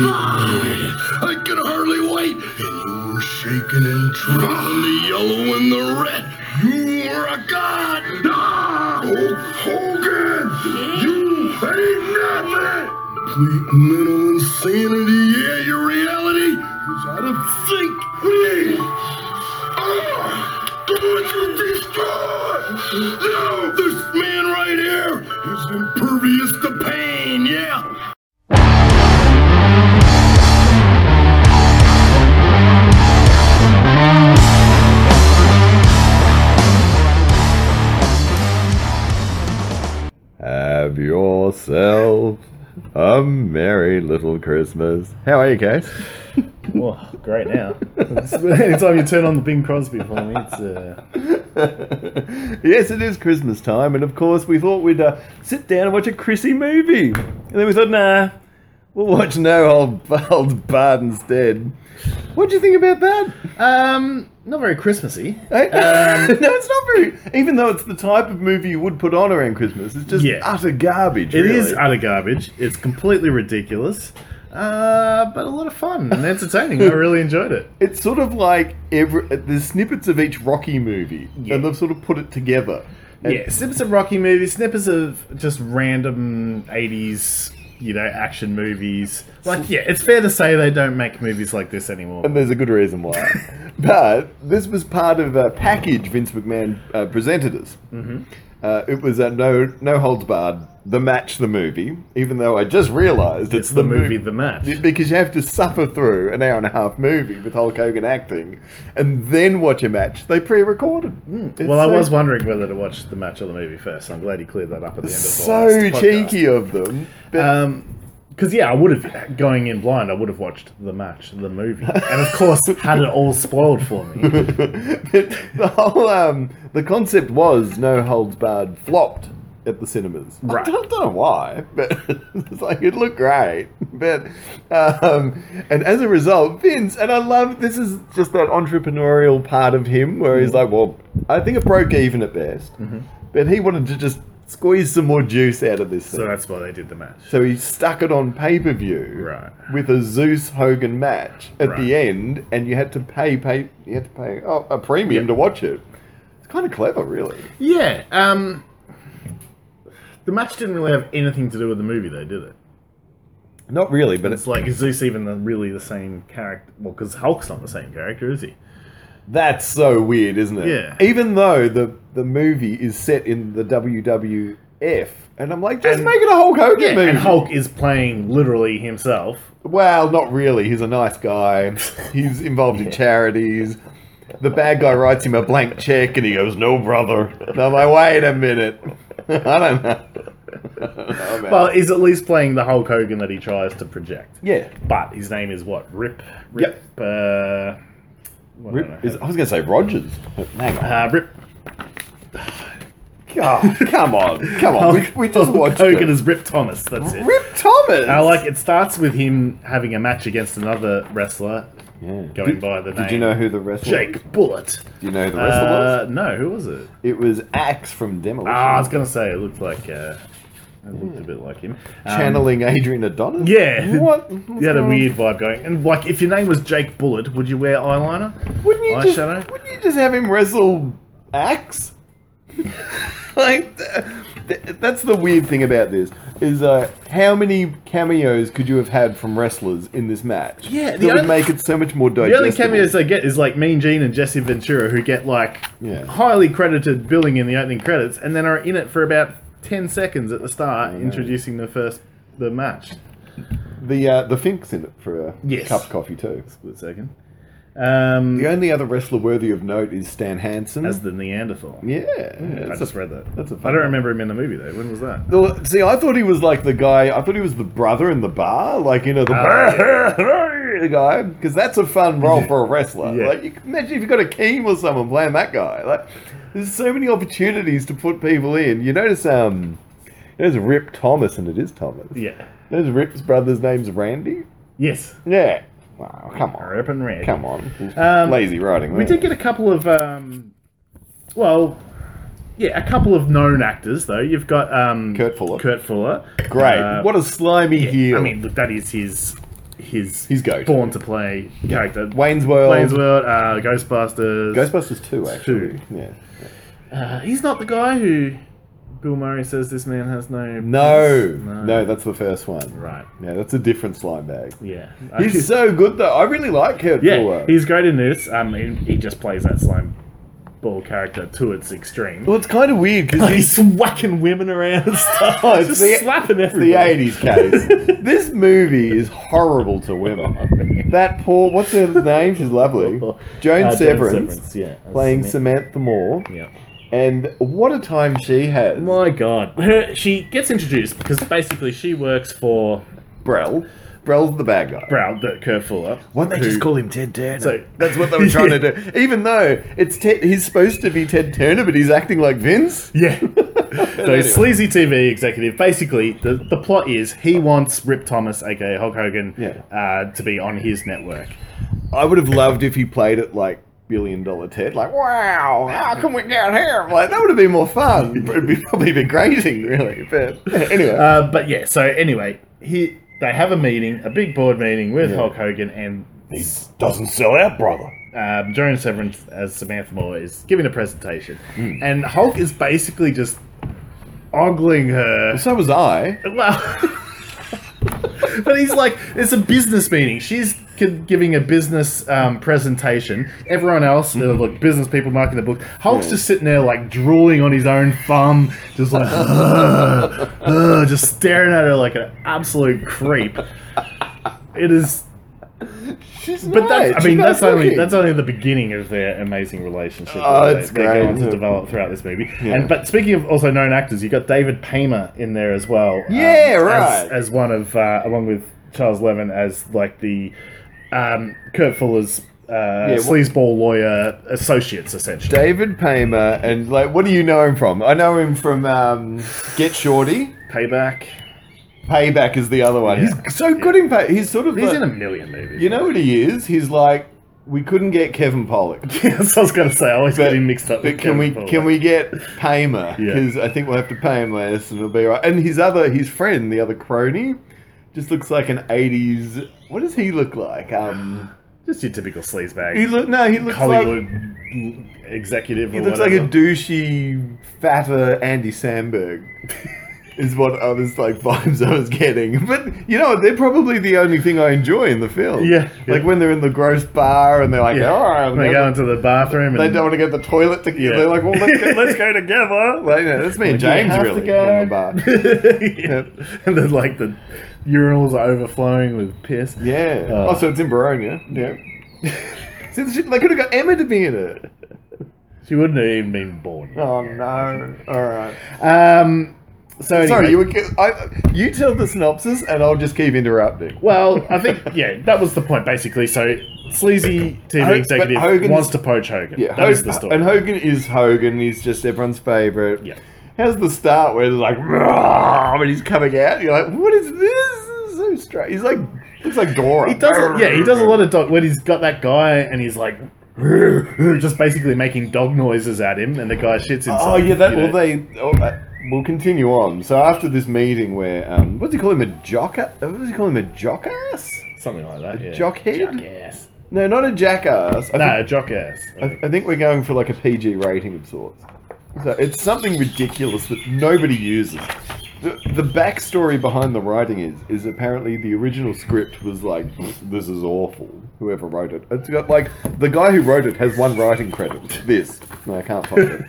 I can hardly wait. And you were shaking and trembling the yellow and the red. You were a god. Ah, Hulk Hogan, you ain't nothing. Complete mental insanity. Yeah, your reality is out of sync. Please. Ah, don't you destroy. No, this man right here is impervious to pain. Yeah. Have yourself a merry little Christmas. How are you, Case? Well, great now. Anytime you turn on the Bing Crosby for me, it's uh, yes, it is Christmas time, and of course we thought we'd uh, sit down and watch a Chrissy movie. And then we thought, nah, we'll watch No Old, old Bard instead. What do you think about that? um not very Christmassy. Um, Eh? no, it's not very. Even though it's the type of movie you would put on around Christmas, it's just Yeah. utter garbage. It is really. utter garbage. It's completely ridiculous, uh, but a lot of fun and entertaining. I really enjoyed it. It's sort of like every there's snippets of each Rocky movie, Yeah. and they've sort of put it together. And Yeah, snippets of Rocky movies, snippets of just random '80s, you know, action movies. Like, yeah, it's fair to say they don't make movies like this anymore. And there's a good reason why. but this was part of a package Vince McMahon uh, presented us. Mm-hmm. Uh, it was a no no holds barred, the match, the movie. Even though I just realised it's, It's the movie, The Match. because you have to suffer through an hour and a half movie with Hulk Hogan acting, and then watch a match they pre-recorded. Hmm, It's Well, I so- was wondering whether to watch the match or the movie first. I'm glad you cleared that up at the end of the so last podcast. cheeky of them. But Because yeah, I would have going in blind. I would have watched the match, the movie, and of course had it all spoiled for me. the whole um, the concept was no holds barred flopped at the cinemas. Right. I don't, don't know why, but it's like it looked great. But um, and as a result, Vince and I love this is just that entrepreneurial part of him where he's Mm-hmm. like, well, I think it broke even at best, but he wanted to just squeeze some more juice out of this. So thing. that's why they did the match. So he stuck it on pay per view Right. with a Zeus Hogan match at Right. the end, and you had to pay pay you had to pay oh, a premium to watch it. It's kind of clever, really. Yeah. Um, the match didn't really have anything to do with the movie, though, did it? Not really, but It's like is Zeus even the, really the same character? Well, because Hulk's not the same character, is he? that's so weird, isn't it? Yeah. Even though the the movie is set in the WWF, and I'm like, just And- make it a Hulk Hogan Yeah. movie. And Hulk is playing literally himself. Well, not really. He's a nice guy. He's involved in charities. The bad guy writes him a blank check and he goes, No, brother. And I'm like, Wait a minute. I don't know. Oh, I'm out. Well, he's at least playing the Hulk Hogan that he tries to project. yeah. But his name is what? Rip. Rip. Uh, what do I know? Rip is, I was going to say Rogers. but Hang on. Uh, Rip Oh, come on. Come on. We, we just Hulk watched Hogan it. is Rip Thomas. That's it. Oh, Rip Thomas. Uh, like it starts with him having a match against another wrestler, Yeah. going Did- by the name. Did you know who the wrestler Jake Bullet? Do you know who the wrestler was? Uh, no, who was it? It was Axe from Demolition. Ah, I was gonna say it looked like uh, it looked a bit like him. Um, Channeling Adrian Adonis? Yeah. What? He had a weird vibe going, and like if your name was Jake Bullet, would you wear eyeliner? Wouldn't you Eyeshadow? just wouldn't you just have him wrestle axe? like th- th- that's the weird thing about this is uh, how many cameos could you have had from wrestlers in this match? Yeah, that the would only- make it so much more The digestible. only cameos they get is like Mean Gene and Jesse Ventura, who get like Yeah. highly credited billing in the opening credits, and then are in it for about ten seconds at the start, introducing the first the match. the uh, the Fink's in it for a Yes. cup of coffee too. Split second. Um, The only other wrestler worthy of note is Stan Hansen. as the Neanderthal. yeah, I that's just a- read that. that's a I don't remember him in the movie though. When was that? Well, See, I thought he was like the guy. I thought he was the brother in the bar, like you know the the guy, because that's a fun role for a wrestler. Uh, Yeah. Like, you can imagine if you got a Keem or someone playing that guy. Like, there's so many opportunities to put people in. You notice, um, there's Rip Thomas, and it is Thomas. Yeah. There's Rip's brother's name's Randy. Yes. Yeah. Wow, come on, Rip and Red. come on, Um, lazy writing. We did get a couple of um, well, yeah, a couple of known actors though. You've got um, Kurt Fuller. Kurt Fuller. Great. Uh, what a slimy heel. I mean, look, that is his his His go-to. born to play character. Wayne's World. Wayne's World, uh, Ghostbusters. Ghostbusters 2, actually. Two. Yeah. Uh, he's not the guy who Bill Murray says this man has no. No, penis. no, that's the first one. Right. Yeah, that's a different slime bag. Yeah. He's so good though. I really like Kurt yeah, Fuller. he's great in this. Um, he, he just plays that slime ball character to its extreme. well, it's kind of weird because he's he's whacking women around and stuff. Oh, it's just the- slapping the everybody. '80s case. this movie is horrible to women. That poor, what's her name? She's lovely. Joan Uh, Severance, yeah. playing Samantha. Samantha Moore, Yeah. and what a time she had. My God, her, she gets introduced because basically she works for Brell, Brell's the bad guy. Brown, the Kurt Fuller. Why don't they just who- call him Ted Turner? So- that's what they were trying to do. Even though it's Ted, he's supposed to be Ted Turner, but he's acting like Vince. Yeah. so Anyway. sleazy TV executive. Basically, the, the plot is he wants Rip Thomas, aka Hulk Hogan, Yeah. uh, to be on his network. I would have loved if he played it like Billion Dollar Ted, like, wow, how can we get here? Like, that would have been more fun. It'd be probably be grazing, really. But anyway, Uh, but yeah, so anyway, he they have a meeting, a big board meeting with Yeah. Hulk Hogan and he doesn't sell out, brother. um, Joan Severance as Samantha Moore is giving a presentation, Hmm. and Hulk is basically just ogling her. So was I. Well, but he's like, it's a business meeting. She's gi- giving a business um, presentation. Everyone else, they're like business people marking the book. Hulk's Yeah. just sitting there, like drooling on his own thumb, just like, "Ugh, ugh," just staring at her like an absolute creep. It is, She's but nice. that's, I She's mean, nice that's only looking. that's only the beginning of their amazing relationship. Oh, that it's they, great, They go on isn't to it? develop throughout this movie. Yeah. And but speaking of also known actors, you have got David Paymer in there as well. um, Yeah, as- right. As, one of uh, along with Charles Levin as like the um, Kurt Fuller's. Uh, Yeah, wh- sleazeball lawyer associates, essentially. David Paymer, and like, what do you know him from? I know him from um, Get Shorty. Payback. Payback is the other one. Yeah. He's so good in pay. He's sort of He's like- in a million movies. You know what he is? He's like, we couldn't get Kevin Pollock. That's what I was going to say. I always But- get him mixed up. But with can Kevin we Pollak. can we get Paymer? Yeah. Because I think we'll have to pay him less, and it'll be all right. And his other his friend, the other crony, just looks like an eighties. What does he look like? Um, Just your typical sleazebag. he look no, he looks like Hollywood executive. he or looks whatever. like a douchey, fatter Andy Samberg. Is what I was like vibes I was getting, but you know they're probably the only thing I enjoy in the film. Yeah, yeah. like when they're in the gross bar and they're like, Yeah. "All right, they I'm go going into the bathroom. They and, don't want to get the toilet together. Yeah. They're like, well, let's go, let's go. together. Well, you know, that's me and James really. on the bar. yeah. And then like the urinals are overflowing with piss. Yeah. Uh, oh, so it's in Baronia. Yeah. See, they should- they could have got Emma to be in it. She wouldn't have even been born. yet. Oh no! All right. Um. So anyway, Sorry, you were. ki- I, you tell the synopsis, and I'll just keep interrupting. Well, I think yeah, that was the point basically. So sleazy TV Ho- but executive Hogan's- wants to poach Hogan. Yeah, that was Hogan- the story. and Hogan is Hogan. He's just everyone's favorite. Yeah. How's the start where there's like "Rawr," when he's coming out? You're like, what is this? This is so strange. He's like, looks like Dora. he does. Yeah, he does a lot of dog when he's got that guy and he's like. Just basically making dog noises at him, and the guy shits himself. Oh yeah, that you well know? they oh, uh, we'll continue on. So after this meeting, where um, what do you call him a jocker? What does he call him a jockass? something like that. Yeah. jockhead? Jockass. No, not a jackass. I, No, jockass. think, I, I think we're going for like a PG rating of sorts. So it's something ridiculous that nobody uses. The, the backstory behind the writing is is apparently the original script was like this is awful. Whoever wrote it, it's got like the guy who wrote it has one writing credit. This no, I can't find it.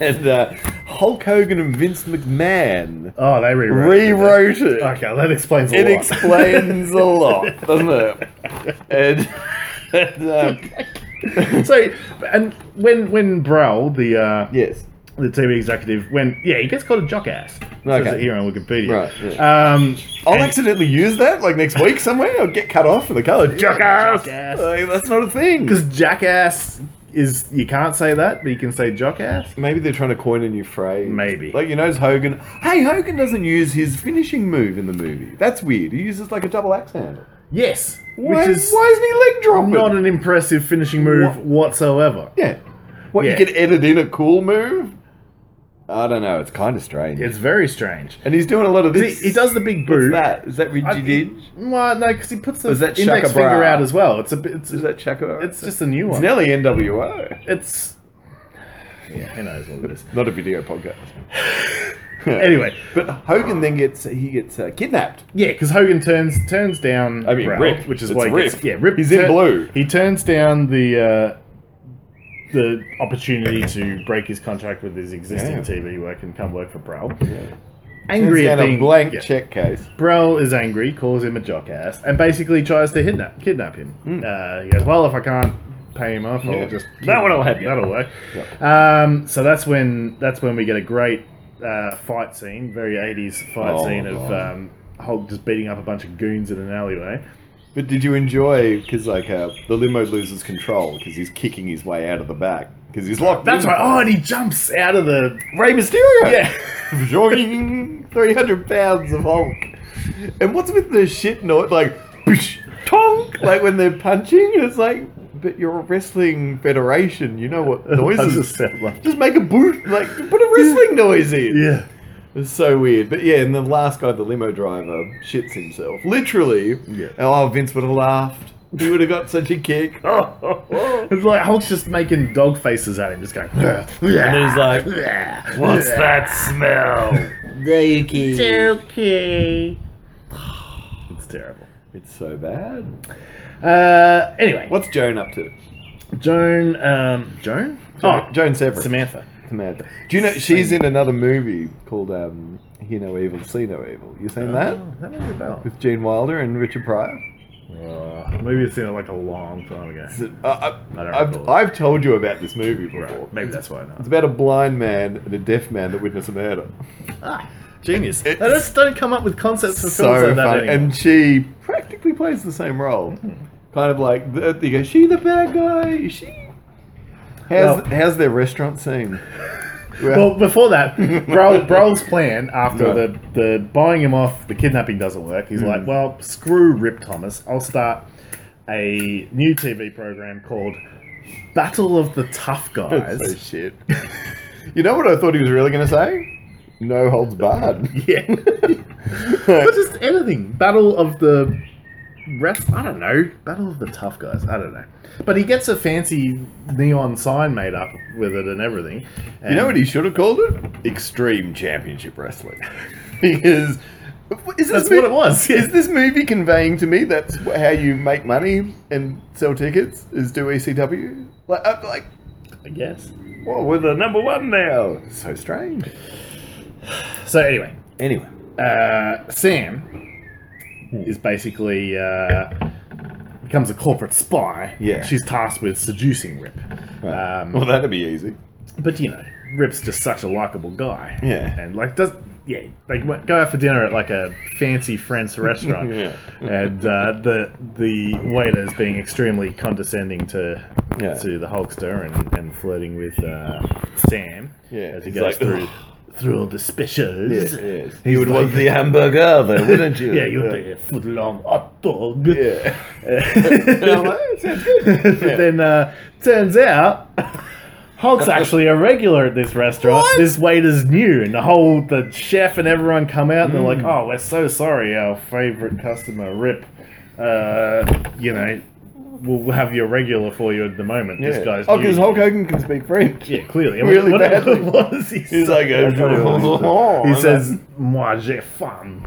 And uh, Hulk Hogan and Vince McMahon Oh, they rewrote, rewrote it. Okay, that explains a It lot. explains a lot, doesn't it? And, and um, so, and when when Browl, the uh, yes, the TV executive, when yeah, he gets called a jockass. It says Okay. it here on Wikipedia. Right, Um, I'll and- accidentally use that like next week somewhere. I'll get cut off for the colour. Jockass. Jockass. Like, that's not a thing. 'cause jackass is you can't say that, but you can say jockass. Maybe they're trying to coin a new phrase. Maybe. Like you know, Hogan. Hey, Hogan doesn't use his finishing move in the movie. That's weird. He uses like a double axe handle. Yes, Why, which is why isn't he leg dropping? not an impressive finishing move What? whatsoever. yeah. What Yeah. you could edit in a cool move? I don't know. It's kind of strange. It's very strange. and he's doing a lot of He, this. he does the big What's boot. that? Is that I- Rigidinge? Well, no, because he puts the Is that index Shaka Bra? finger out as well. It's a bit. It's, Is that Chaka? it's just a new It's one. nearly NWO. It's yeah, who knows what it is. Not a video podcast. Anyway, But Hogan then gets he gets uh, kidnapped. yeah, because Hogan turns turns down. I mean, Raoul, Rip. which is It's why he gets- Rip. yeah, Rip. He's in blue. He turns down the uh, the opportunity to break his contract with his existing Yeah. TV work and come work for Brow. Yeah. Angry at Turns down being a blank yeah. check case. Brell is angry, calls him a jockass, and basically tries to kidnap, kidnap him. Uh, he goes, "Well, if I can't pay him off, Yeah. I'll just that one will have that'll work." Um, so that's when that's when we get a great uh, fight scene, very '80s fight Oh, scene of God. um, Hulk just beating up a bunch of goons in an alleyway. But did you enjoy? Because like uh, the limo loses control because he's kicking his way out of the back because he's locked. That's in. right. Oh, and he jumps out of the Ray Mysterio. yeah. jogging three hundred pounds of Hulk. And what's with the shit noise? Like, bish, tonk. Like when they're punching, it's like, but you're a wrestling federation. You know what Doesn't noises? sound like- Just make a boot. Like, put a wrestling noise in. yeah. It's so weird. But yeah, and the last guy, the limo driver, shits himself. Literally. Yeah. Oh, Vince would have laughed. He would have got such a kick. It's like Hulk's just making dog faces at him, just going. Yeah. And he's like, What's that smell? Reiki. okay. It's terrible. It's so bad. Uh, anyway, what What's Joan up to? Joan? Um, Joan? Jo- Joan Severus. Samantha. Samantha. Do you know she's in another movie called um, Hear No Evil, See No Evil? You seen that? Oh, that rings a bell. With Gene Wilder and Richard Pryor? Oh, maybe I've seen it like a long time ago. Is it- uh, I, I don't have recall. I've told you about this movie before. Right, maybe that's why not. It's about a blind man and a deaf man that witness a murder. Ah, genius. They It's- just don't come up with concepts for films so like that Hmm. funny. anymore. And she practically plays the same role. Kind of like, the, you go, she the bad guy? Is she? How's, Well- how's their restaurant scene? well, before that, Brol, Brol's plan after Yeah. Mm. the, the buying him off, the kidnapping doesn't work. He's like, well, screw Rip Thomas. I'll start a new TV program called Battle of the Tough Guys. So shit. you know what I thought he was really going to say? No holds barred. Yeah. but just anything. Battle of the rest. I don't know. Battle of the tough guys. I don't know. But he gets a fancy neon sign made up with it and everything. You know And- what he should have called it? Extreme Championship Wrestling. because is this That's mo- what it was. Is this movie conveying to me that's wh- how you make money and sell tickets? Is do ECW? Like, i like, I guess. well, we're the number one now. Oh, So strange. So anyway, Anyway, uh, Sam is basically uh, becomes a corporate spy. Yeah. She's tasked with seducing Rip. Um, well, that'd be easy. But you know, Rip's just such a likable guy. Yeah. And like does yeah, they went- go out for dinner at like a fancy French restaurant. Yeah. And uh, the the waiter is being extremely condescending to Yeah. to the Hulkster and, and flirting with uh, Sam. Yeah, As he he's goes like, through through all the specials. He would want the hamburger, though, wouldn't you? Yeah, you'll be a foot long hot dog. Yeah. I'm like, "Oh, sounds but good." Yeah. then uh, turns out Hulk's actually a regular at this restaurant. What? This waiter's new, and the whole the chef and everyone come out and they're Mm. like, "Oh, we're so sorry, our favorite customer Rip. Uh, you know, we'll have your regular for you at the moment. Yeah. This guy's oh, new." because Hulk Hogan can speak French. Yeah, clearly. Really what, badly. what does he He's say? like, "Oh, I don't know. I'm he like- says, "Moi j'ai faim."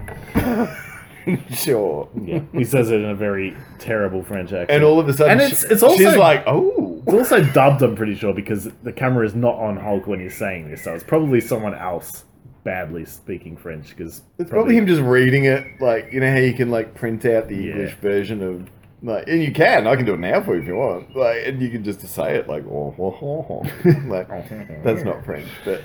Sure. Yeah, he says it in a very terrible French accent. And all of a sudden, And it's- it's also- she's like, oh. It's also dubbed, I'm pretty sure, because the camera is not on Hulk when he's saying this, so it's probably someone else badly speaking French. Because It's probably him just reading it, like you know how you can like print out the English version of like, and you can. I can do it now for you if you want. Like, and you can just say it like, oh, oh, oh. like that's not French, but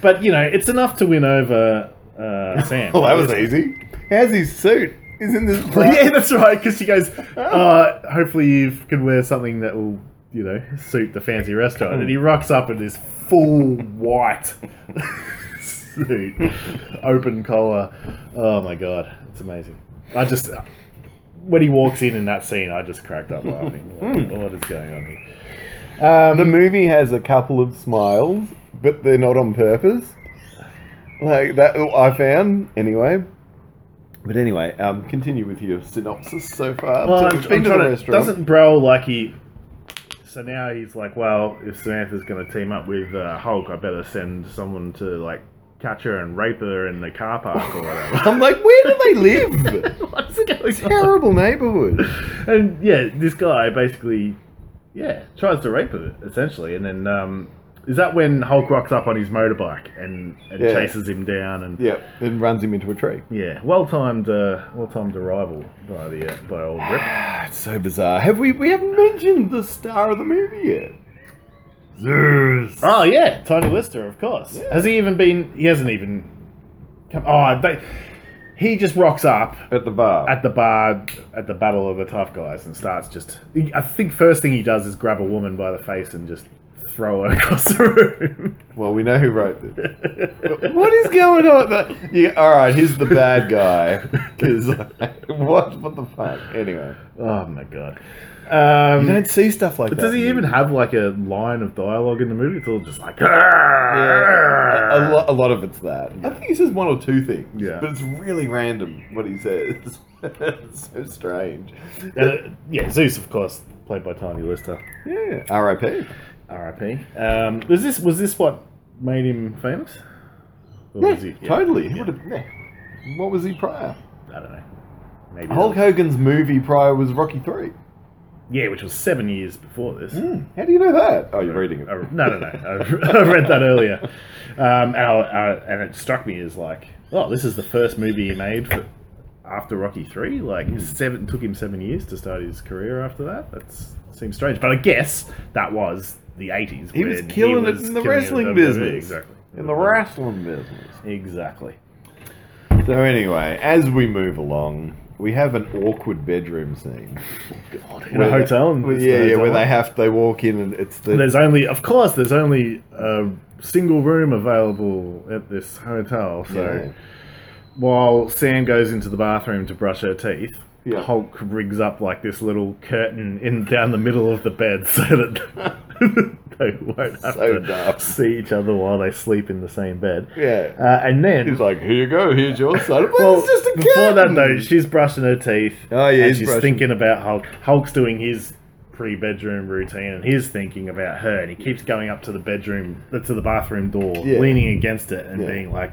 But you know, it's enough to win over uh, Sam. well, Oh, that was easy. How's his suit? Isn't this bright? yeah, that's right. Because she goes, uh, "Hopefully, you can wear something that will, you know, suit the fancy restaurant." And he rocks up in this full white suit, open collar. Oh my god, it's amazing. I just when he walks in in that scene, I just cracked up laughing. Like, What is going on here? Um, The movie has a couple of smiles, but they're not on purpose. Like that I found anyway. But anyway, um, continue with your synopsis so far. Well, So I'm, we've I'm trying to, doesn't Brel like he? So now he's like, well, if Samantha's going to team up with uh, Hulk, I better send someone to like catch her and rape her in the car park or whatever. I'm like, where do they live? What's going on? Terrible neighborhood. and yeah, this guy basically, yeah, tries to rape her essentially, and then um, is that when Hulk rocks up on his motorbike and, and Yeah. chases him down and Yeah, and runs him into a tree. yeah, well timed, uh, well timed arrival by the uh, by old Rip. Ah, it's so bizarre. Have we we haven't mentioned the star of the movie yet? Zeus. Oh yeah, Tony Lister, of course. Has he even been? He hasn't even. Come, oh, they, he just rocks up At the bar. at the bar at the battle of the tough guys and starts just. I think first thing he does is grab a woman by the face and just throw her across the room. well, we know who wrote this. what is going on? The- yeah, all right, he's the bad guy. 'Cause, like, what? What the fuck? Anyway, oh my god. you Um, don't see stuff like but that. does he in even movies. have like a line of dialogue in the movie? It's all just like. Yeah, a, lo- a lot of it's that. I think he says one or two things. Yeah. but it's really random what he says. it's so strange. Uh, yeah, Zeus, of course, played by Tony Lister. Yeah. R.I.P. R.I.P. Um, was this was this what made him famous? Or was he- yeah, totally. He yeah, would've- yeah. What was he prior? I don't know. Maybe that Hulk was- Hogan's movie prior was Rocky Three. Yeah, which was seven years before this. How do you know that? Oh, you're reading it. I, no, no, no. I, I read that earlier, um, and, I, I, and it struck me as like, oh, this is the first movie he made for, after Rocky Three. Like, Hmm. seven took him seven years to start his career after that. That seems strange, but I guess that was the eighties. He was killing it in the wrestling business. E, exactly. In the wrestling business. exactly. So anyway, as we move along, we have an awkward bedroom scene. In a hotel. and Well, it's the yeah, yeah, where hotel. they have they walk in and it's the There's only, of course, there's only a single room available at this hotel. So Yeah. while Sam goes into the bathroom to brush her teeth, Yeah. Hulk rigs up like this little curtain in down the middle of the bed so that they won't have So to dumb. see each other while they sleep in the same bed. Yeah. Uh, and then He's like, here you go, here's your son. But well, it's just a before that curtain. though, she's brushing her teeth. Oh, yeah, and he's she's brushing. thinking about Hulk. Hulk's doing his pre-bedroom routine, and he's thinking about her, and he keeps going up to the bedroom, uh, to the bathroom door, Yeah. leaning against it, and Yeah. Mm. being like,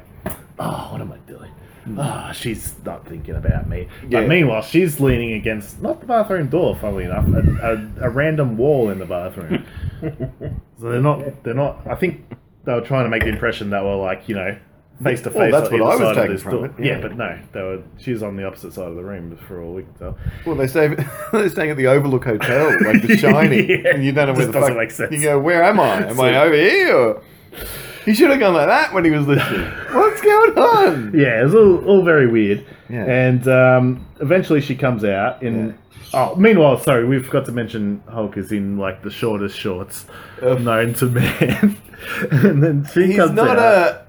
"Oh, what am I doing?" Ah, she's not thinking about me. Yeah. But meanwhile, she's leaning against not the bathroom door, funnily enough, a, a, a random wall in the bathroom. so they're not. They're not. I think they were trying to make the impression that were like you know face to Well, face. that's on what I either was side of taking this from door. it, Yeah. yeah. but no, they were. She was on the opposite side of the room for all we can tell. Well, they say they're staying at the Overlook Hotel, like The Shining, Yeah. and you don't know where Just the doesn't fuck. make sense. You go, where am I? Am I So- over here? Or... He should have gone like that when he was listening. What's going on? Yeah, it was all, all very weird. Yeah. And um, eventually she comes out in. Oh, meanwhile, sorry, we forgot to mention Hulk is in like the shortest shorts Ugh. known to man. and then she He's comes not out.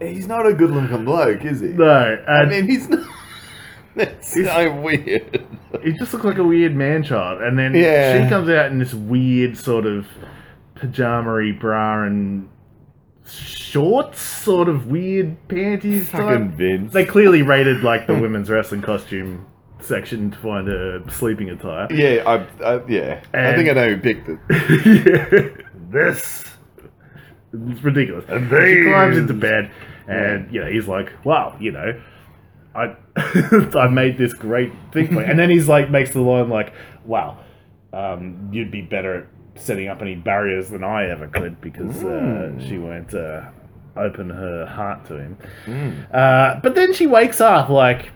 a. He's not a good-looking bloke, is he? No, I and mean, he's not. That's so weird. he just looked like a weird man child. And then Yeah. she comes out in this weird sort of pajamery bra and shorts, sort of weird panties. type. Fucking Vince. They clearly raided like the women's wrestling costume section to find a sleeping attire. yeah, I, I yeah. I And- think I know who picked it. this it's ridiculous. And these- she climbs into bed, and you know he's like, "Wow, you know, I I made this great thing." For you. And then he's like, makes the line like, "Wow, um, you'd be better at setting up any barriers than I ever could because uh, Mm. she won't uh, open her heart to him." Mm. Uh, but then she wakes up like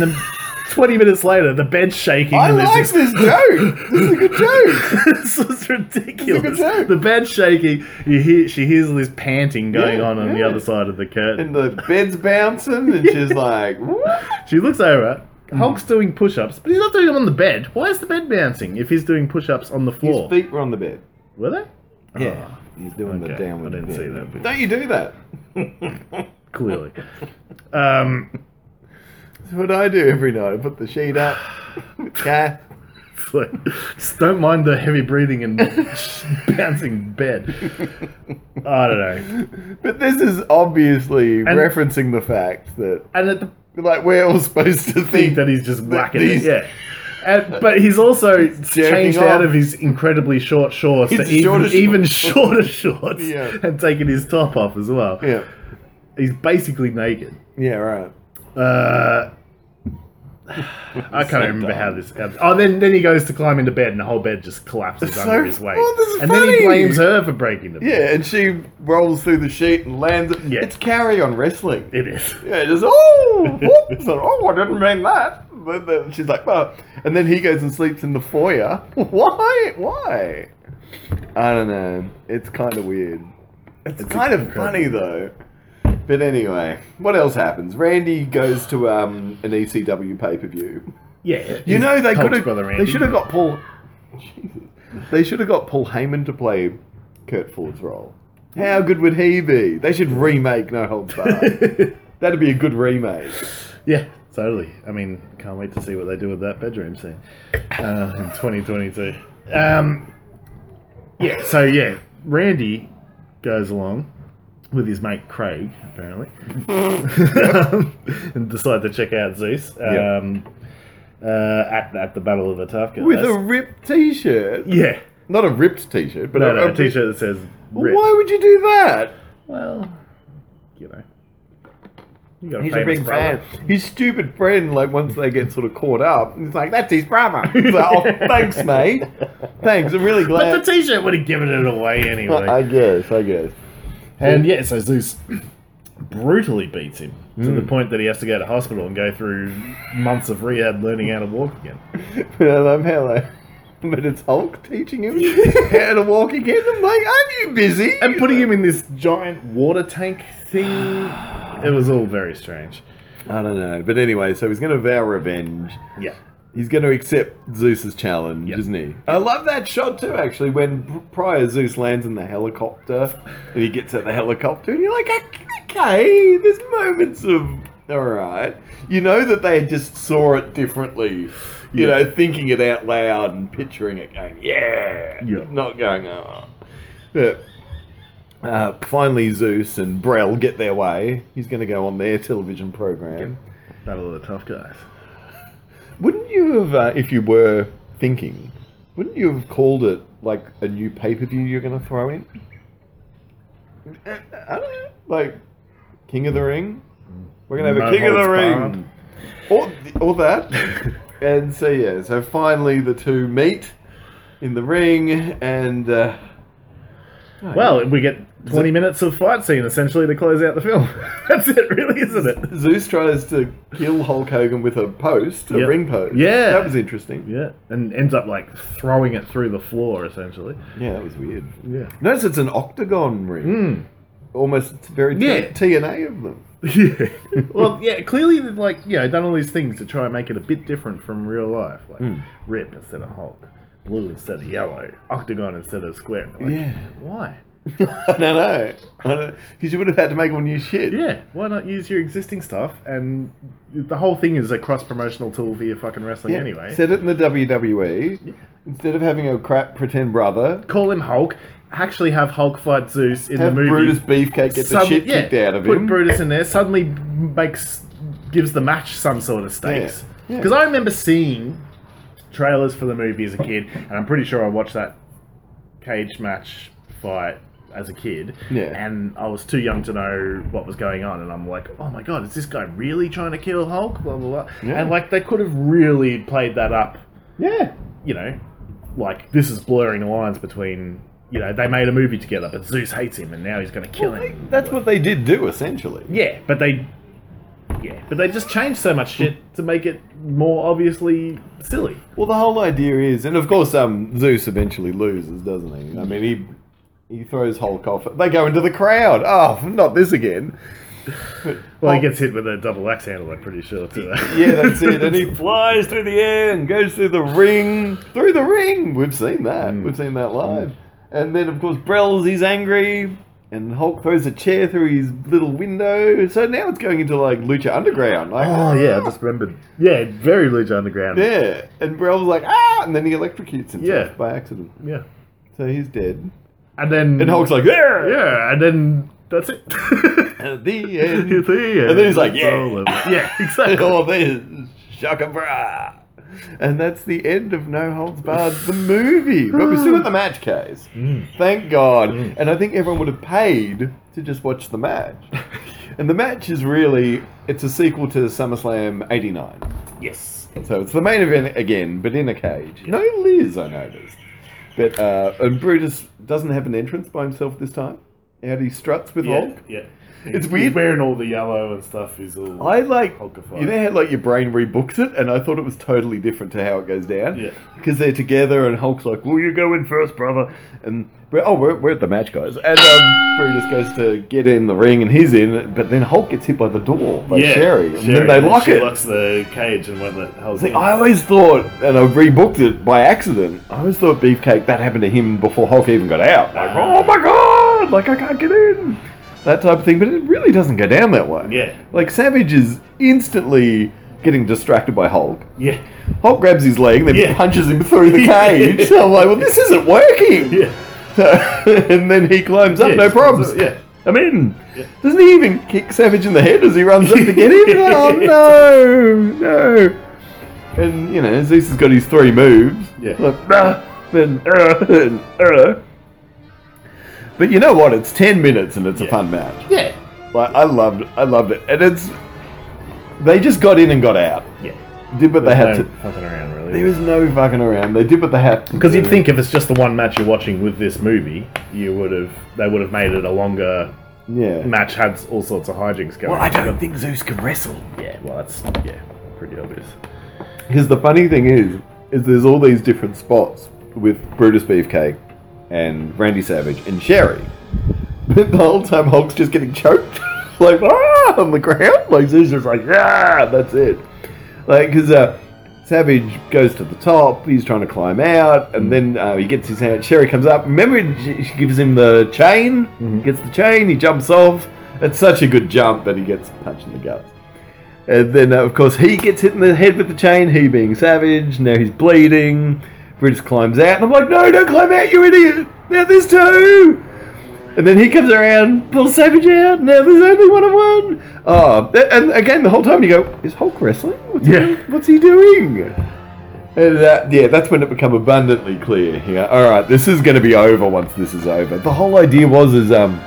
the. 20 minutes later, the bed's shaking. I and there's like this- this joke. This is a good joke. this was ridiculous. It's a good joke. The bed's shaking. You hear she hears all this panting going Yeah, on on the yeah. other side of the And curtain. the bed's bouncing, and she's like, "What?" she looks over. Mm. Hulk's doing push-ups, but he's not doing them on the bed. Why is the bed bouncing if he's doing push-ups on the His floor? feet were on the bed. Were they? Ah, Yeah. He's doing the Okay, downward. I didn't bend. see that bit. Don't you do that? Clearly. um, That's what I do every night. I put the sheet up, with the cat, It's like, just don't mind the heavy breathing and bouncing bed. I don't know. But this is obviously referencing the fact that, And at the like, we're all supposed to think think that he's just whacking these- it. Yeah. And, but he's also changed out off. of his incredibly short shorts His to even, shorter even shorter shorts Yeah. and taking his top off as well. yeah, He's basically naked. yeah, right. Uh, I can't remember how this. Oh, then then he goes to climb into bed, and the whole bed just collapses It's under so- his weight. well, this is and then funny. he blames her for breaking the bed. Yeah, and she rolls through the sheet and lands. Yeah. It's carry on wrestling. It is. Yeah, just oh, whoops, or, oh, I didn't mean that. But then she's like, well, and then he goes and sleeps in the foyer. Why? Why? I don't know. It's kind of weird. It's, kind of incredible. funny though. But anyway, what else happens? Randy goes to um, an ECW pay per view. Yeah. You know they could have. Randy. They should have got Paul. Jesus. They should have got Paul Heyman to play Kurt Ford's role. How good would he be? They should remake No Holds Barred. That'd be a good remake. yeah, totally. I mean, can't wait to see what they do with that bedroom scene uh, in 2022. Um, yeah. So yeah, Randy goes along with his mate Craig apparently, and decide to check out Zeus. Yeah. Um, uh, at, at the Battle of the Tough Guys. With a ripped T-shirt. yeah, Not a ripped T-shirt, but no, a, no, a a T-shirt that says Rip. Why would you do that? Well, you know, you got a He's a famous big brother. fan. His stupid friend, like once they get sort of caught up, he's like, "That's his brother." He's like, "Oh, thanks, mate. Thanks. I'm really glad." But the T-shirt would have given it away anyway. I guess. I guess. And yeah, so Zeus brutally beats him to the point that he has to go to hospital and go through months of rehab learning how to walk again. But I love how like, but it's Hulk teaching him how to walk again. I'm like, aren't you busy? And putting him in this giant water tank thing. It was all very strange. I don't know, but anyway, so he's going to vow revenge. Yeah. He's going to accept Zeus's challenge, Yep. isn't he? I love that shot too, actually, when pr- prior Zeus lands in the helicopter and he gets at the helicopter, and you're like, "Ok- okay, there's moments of all right. You know that they just saw it differently. You Yeah. know, thinking it out loud and picturing it, going, yeah, Yeah. not going on. But uh, finally, Zeus and Brel get their way. He's going to go on their television program. Battle of the tough guys. Wouldn't you have, uh, if you were thinking, wouldn't you have called it like a new pay per view you're going to throw in? Uh, I don't know. Like King of the Ring? We're going to have No a King of the holds Ring! Or, th- or that. and so, yeah, so finally the two meet in the ring and. Uh, oh, Well, we get 20 minutes of fight scene essentially to close out the film. That's it, really, isn't it? Zeus tries to kill Hulk Hogan with a post, a Yep. ring post. Yeah. That was interesting. Yeah, and ends up like throwing it through the floor essentially. Yeah, that was weird. Yeah. Notice it's an octagon ring. Mm. almost it's very T- Yeah. TNA of them. Yeah. well, yeah, clearly they've like, you know, done all these things to try and make it a bit different from real life. Like Mm. rip instead of Hulk, blue instead of yellow, octagon instead of square. Like, Yeah. Why? I don't know. Because you would have had to make all new shit. Yeah, why not use your existing stuff? And the whole thing is a cross promotional tool for your fucking wrestling Yeah. anyway. Set it in the WWE. Instead of having a crap pretend brother, Call him Hulk. Actually, have Hulk fight Zeus in have the movie. Brutus Beefcake get the Sudden- shit yeah, kicked out of put him. Brutus in there. Suddenly makes gives the match some sort of stakes. Yeah, yeah. Because I remember seeing trailers for the movie as a kid, and I'm pretty sure I watched that cage match fight as a kid. Yeah. And I was too young to know what was going on, and I'm like, oh my god, is this guy really trying to kill Hulk? Blah blah blah. Yeah. And like they could have really played that up yeah. you know, like this is blurring the lines between, you know, they made a movie together, but Zeus hates him and now he's going to kill Well, they- him. that's what they did do, essentially. Yeah, but they, yeah, but they just changed so much shit to make it more obviously silly. Well, the whole idea is, and of course, um, Zeus eventually loses, doesn't he? I mean, he he throws Hulk off. They go into the crowd. Oh, not this again. Well, he Hulk- gets hit with a double axe handle, I'm pretty sure too. Yeah, that's it. And he flies through the air and goes through the ring. Through the ring! We've seen that. Mm. We've seen that live. And then, of course, Brells, he's angry. And Hulk throws a chair through his little window. So now it's going into, like, Lucha Underground. Like, Oh yeah, I just remembered. Yeah, very Lucha Underground. Yeah. And Brell's like, ah! and then he electrocutes himself Yeah. by accident. Yeah. So he's dead. And then And Hulk's like, there! Yeah, and then that's it. At the and end. then he's like, yeah. Yeah, and exactly. all this, shaka bra. And that's the end of No Holds Barred, the movie. But we still got the match case. Thank God. And I think everyone would have paid to just watch the match. and the match is really, it's a sequel to SummerSlam 89. Yes. So it's the main event again, but in a cage. No Liz, I noticed. But, uh, and Brutus doesn't have an entrance by himself this time. Out he struts with Yeah, Hulk. yeah. It's He's weird. wearing all the yellow and stuff. He's all. I like Hulkified. you know how like your brain rebooks it, and I thought it was totally different to how it goes down. Yeah. because they're together, and Hulk's like, "Well, you go in first, brother," and but oh, we're, we're at the match, guys, and um, Brutus goes to get in the ring, and he's in, but then Hulk gets hit by the door by yeah, Sherry, and then they lock she it. locks the cage and won't let Hulk See, in. I always thought, and I rebooked it by accident. I always thought Beefcake that happened to him before Hulk even got out. Like, Ah. oh my god, like I can't get in, that type of thing. But it really doesn't go down that way. Yeah. Like Savage is instantly getting distracted by Hulk. Yeah. Hulk grabs his leg, then Yeah. punches him through the cage. I'm like, well, this isn't working. Yeah. and then he climbs up, Yeah, no just problems. climbs up, yeah. I'm in. Yeah. Doesn't he even kick Savage in the head as he runs up to get him? oh no, no. And you know, Zeus has got his three moves. Yeah. Like, "Ah," then uh, and uh. But you know what? It's ten minutes and it's a Yeah. fun match. Yeah. Like I loved, I loved it, and it's they just got in and got out. Yeah. Did what they had no to. fucking around really. There was no fucking around. They did what they had to. Because you'd do. think if it's just the one match you're watching with this movie, you would have they would have made it a longer yeah. match. Had all sorts of hijinks going. Well, I on. don't think Zeus can wrestle. Yeah, well, that's yeah, pretty obvious. Because the funny thing is, is there's all these different spots with Brutus Beefcake and Randy Savage and Sherry, but the whole time Hulk's just getting choked, like ah, on the ground. Like Zeus is like ah, that's it. Like because uh, Savage goes to the top, he's trying to climb out, and then uh, he gets his hand. Sherry comes up. Remember, she she gives him the chain. Gets the chain. He jumps off. It's such a good jump that he gets punched in the guts. And then, uh, of course, he gets hit in the head with the chain, he being Savage. Now he's bleeding. Brutus climbs out, and I'm like, no, don't climb out, you idiot! Now there's two! And then he comes around, pulls Savage out, now there's only one on one! Oh, a- and again, the whole time you go, is Hulk wrestling? What's, Yeah. he, what's he doing? And that, yeah, that's when it become abundantly clear. You go, all right, this is going to be over once this is over. The whole idea was is um,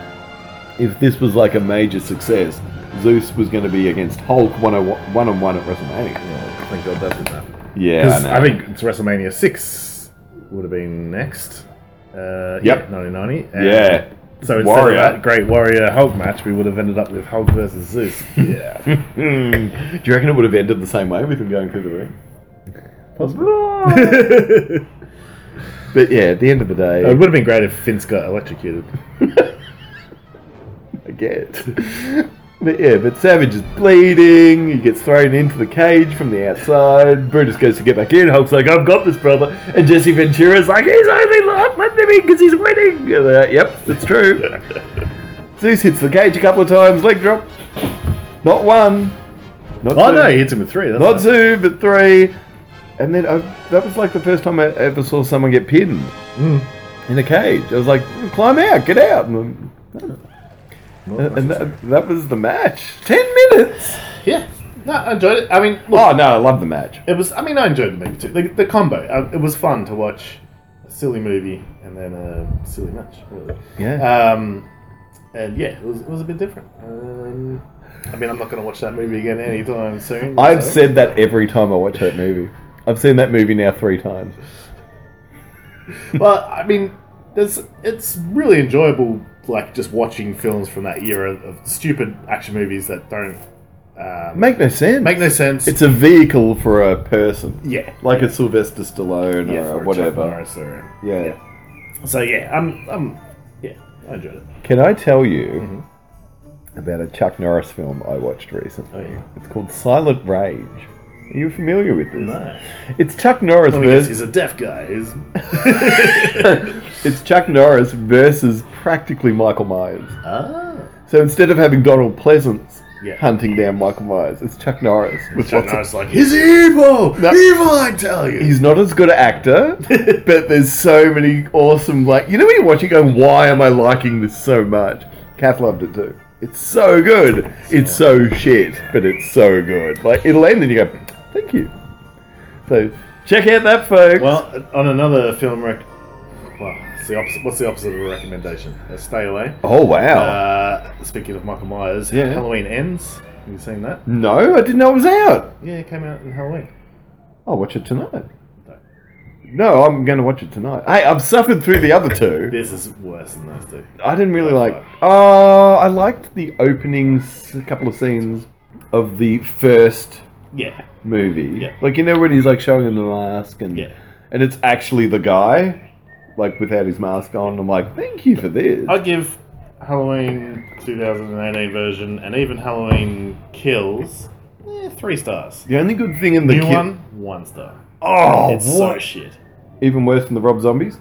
if this was like a major success, Zeus was going to be against Hulk one on one at WrestleMania. thank God that didn't happen. Yeah, I know. I think it's WrestleMania six would have been next. Uh, yeah, 1990. And yeah, So instead Warrior. of that great Warrior Hulk match, we would have ended up with Hulk versus Zeus. yeah. Do you reckon it would have ended the same way with him going through the ring? Possibly. it but yeah, at the end of the day, would have been great if Vince got electrocuted. I guess. But yeah, but Savage is bleeding. He gets thrown into the cage from the outside. Brutus goes to get back in. Hulk's like, "I've got this, brother." And Jesse Ventura's like, "He's only lost. Let him in because he's winning." And, uh, yep, that's true. Oh, Zeus hits the cage a couple of times. Leg drop. Not one. Not Oh two. no, he hits him with three. That's Not nice. two, but three. And then I, that was like the first time I ever saw someone get pinned Mm. in a cage. I was like, climb out, get out. And, then- Not and and that, that was the match. Ten minutes. Yeah, no, I enjoyed it. I mean, look, Oh no, I love the match. it was. I mean, I enjoyed the movie too. The, the combo, uh, it was fun to watch a silly movie and then a silly match. Really. Yeah. Um, and yeah, it was, it was a bit different. Um, I mean, I'm not going to watch that movie again anytime soon. I've so- said that every time I watch that movie. I've seen that movie now three times. well, I mean, there's it's really enjoyable, like just watching films from that era of stupid action movies that don't um, Make no sense. make no sense. It's a vehicle for a person, yeah, like a Sylvester Stallone yeah, or for a Chuck whatever. Norris or- Yeah. So yeah, I'm, I'm, yeah, I enjoyed it. Can I tell you about a Chuck Norris film I watched recently? Mm-hmm. Oh, yeah. It's called Silent Rage. Are you familiar with this? No, It's Chuck Norris I guess versus he's a deaf guy. He's it's Chuck Norris versus practically Michael Myers. ah, So instead of having Donald Pleasance, Yeah. hunting down Michael Myers. It's Chuck Norris. With lots Chuck of- Norris is like, he's evil! No. Evil, I tell you! He's not as good an actor, but there's so many awesome like you know when you watch it going, why am I liking this so much? Kath loved it too. It's so good. It's so shit, but it's so good. Like it'll end and you go, thank you. So check out that folks. Well, on another film rec. Well, it's the opposite. What's the opposite of a recommendation? A stay away. oh wow. Uh, speaking of Michael Myers, Yeah. Halloween Ends. Have you seen that? no, I didn't know it was out. Yeah, it came out in Halloween. I'll watch it tonight. No, I'm going to watch it tonight. Hey, I've suffered through the other two. This is worse than those two. I didn't really like. Oh, I liked the openings, a couple of scenes of the first Yeah. movie. Yeah. Like you know when he's like showing him the mask and Yeah. and it's actually the guy, like without his mask on. I'm like, thank you for this. I give Halloween 2018 version and even Halloween Kills eh, three stars. the only good thing in the New kid- one, one star. Oh, it's so what? shit. Even worse than the Rob Zombies.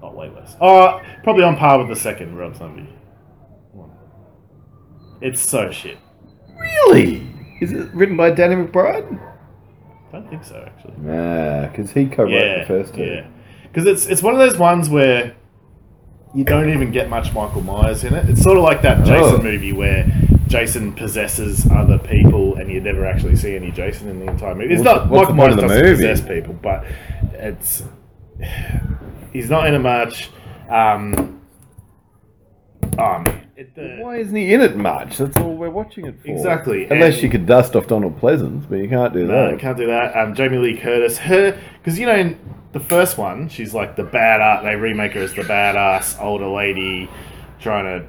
Oh, way worse. Oh, probably on par with the second Rob Zombie. one. It's so shit. Really? Is it written by Danny McBride? Don't think so, actually. Nah, because he co-wrote yeah, the first two. yeah. Because it's it's one of those ones where you don't even get much Michael Myers in it. It's sort of like that Jason Oh. movie where Jason possesses other people, and you never actually see any Jason in the entire movie. It's What's not the- what's the Michael point Myers of the doesn't movie? possess people, but it's he's not in it much. Um, um, it, the- Why isn't he in it much? That's all we're watching it for. Exactly, and- Unless you could dust off Donald Pleasance, but you can't do No, that. can't do that. Um, Jamie Lee Curtis, her, because you know, in the first one, she's like the badass. They remake her as the badass older lady trying to.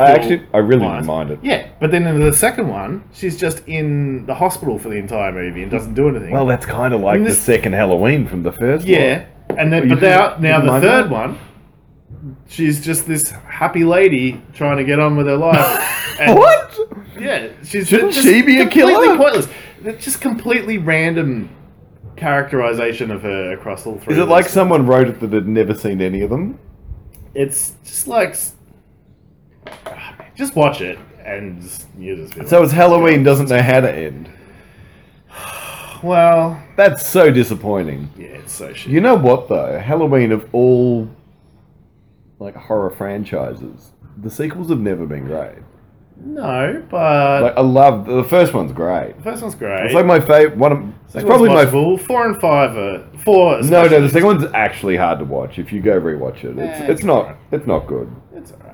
I kill actually, I really Myers. didn't mind it. Yeah, but then in the second one, she's just in the hospital for the entire movie and doesn't do anything. Well, that's kind of like And the this- second Halloween from the first one. yeah, and Well, then you but now, didn't- now didn't the mind third that? one, she's just this happy lady trying to get on with her life. and- What? Yeah, she's Shouldn't just she be a completely killer? Pointless. It's just completely random characterization of her across all three. Is it of like these. someone wrote it that had never seen any of them? It's just like. s- Just watch it and just, you just be So like, it's Halloween doesn't know how to end. well, That's so disappointing. yeah, it's so shit. You know what though? Halloween of all like horror franchises, the sequels have never been great. no, but Like I love the first one's great. the first one's great. It's like my favorite one. Of, it's Second probably one's my watchable. four and five are four. no, no. The especially. second one's actually hard to watch if you go rewatch it. It's, Eh, it's it's not. alright. It's not good. It's alright.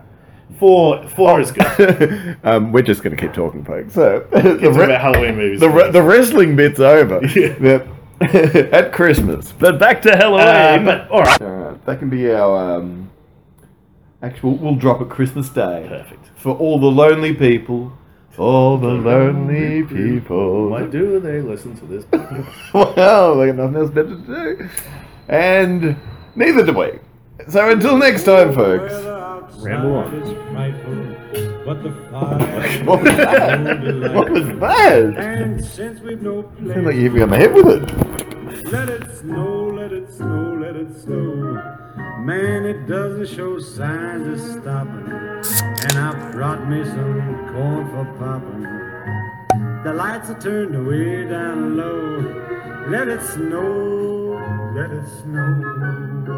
Four, four is good. um, we're just gonna keep talking, folks. So the It's re- about Halloween movies. The, re- the wrestling bit's over. Yeah. But- At Christmas. But back to uh, Halloween. but all right, Alright, that can be our um, actual. We'll drop at Christmas Day. perfect. For all the lonely people. All the lonely people. Why do they listen to this? well, they got nothing else better to do. And neither do we. So until next time, folks. Ramble on. But the fire What was that? what was that? and since we've no place, Sound like you hit me on the head with it. let it snow, let it snow, let it snow. Man, it doesn't show signs of stopping, and I brought me some corn for popping. The lights are turned way down low. Let it snow, let it snow.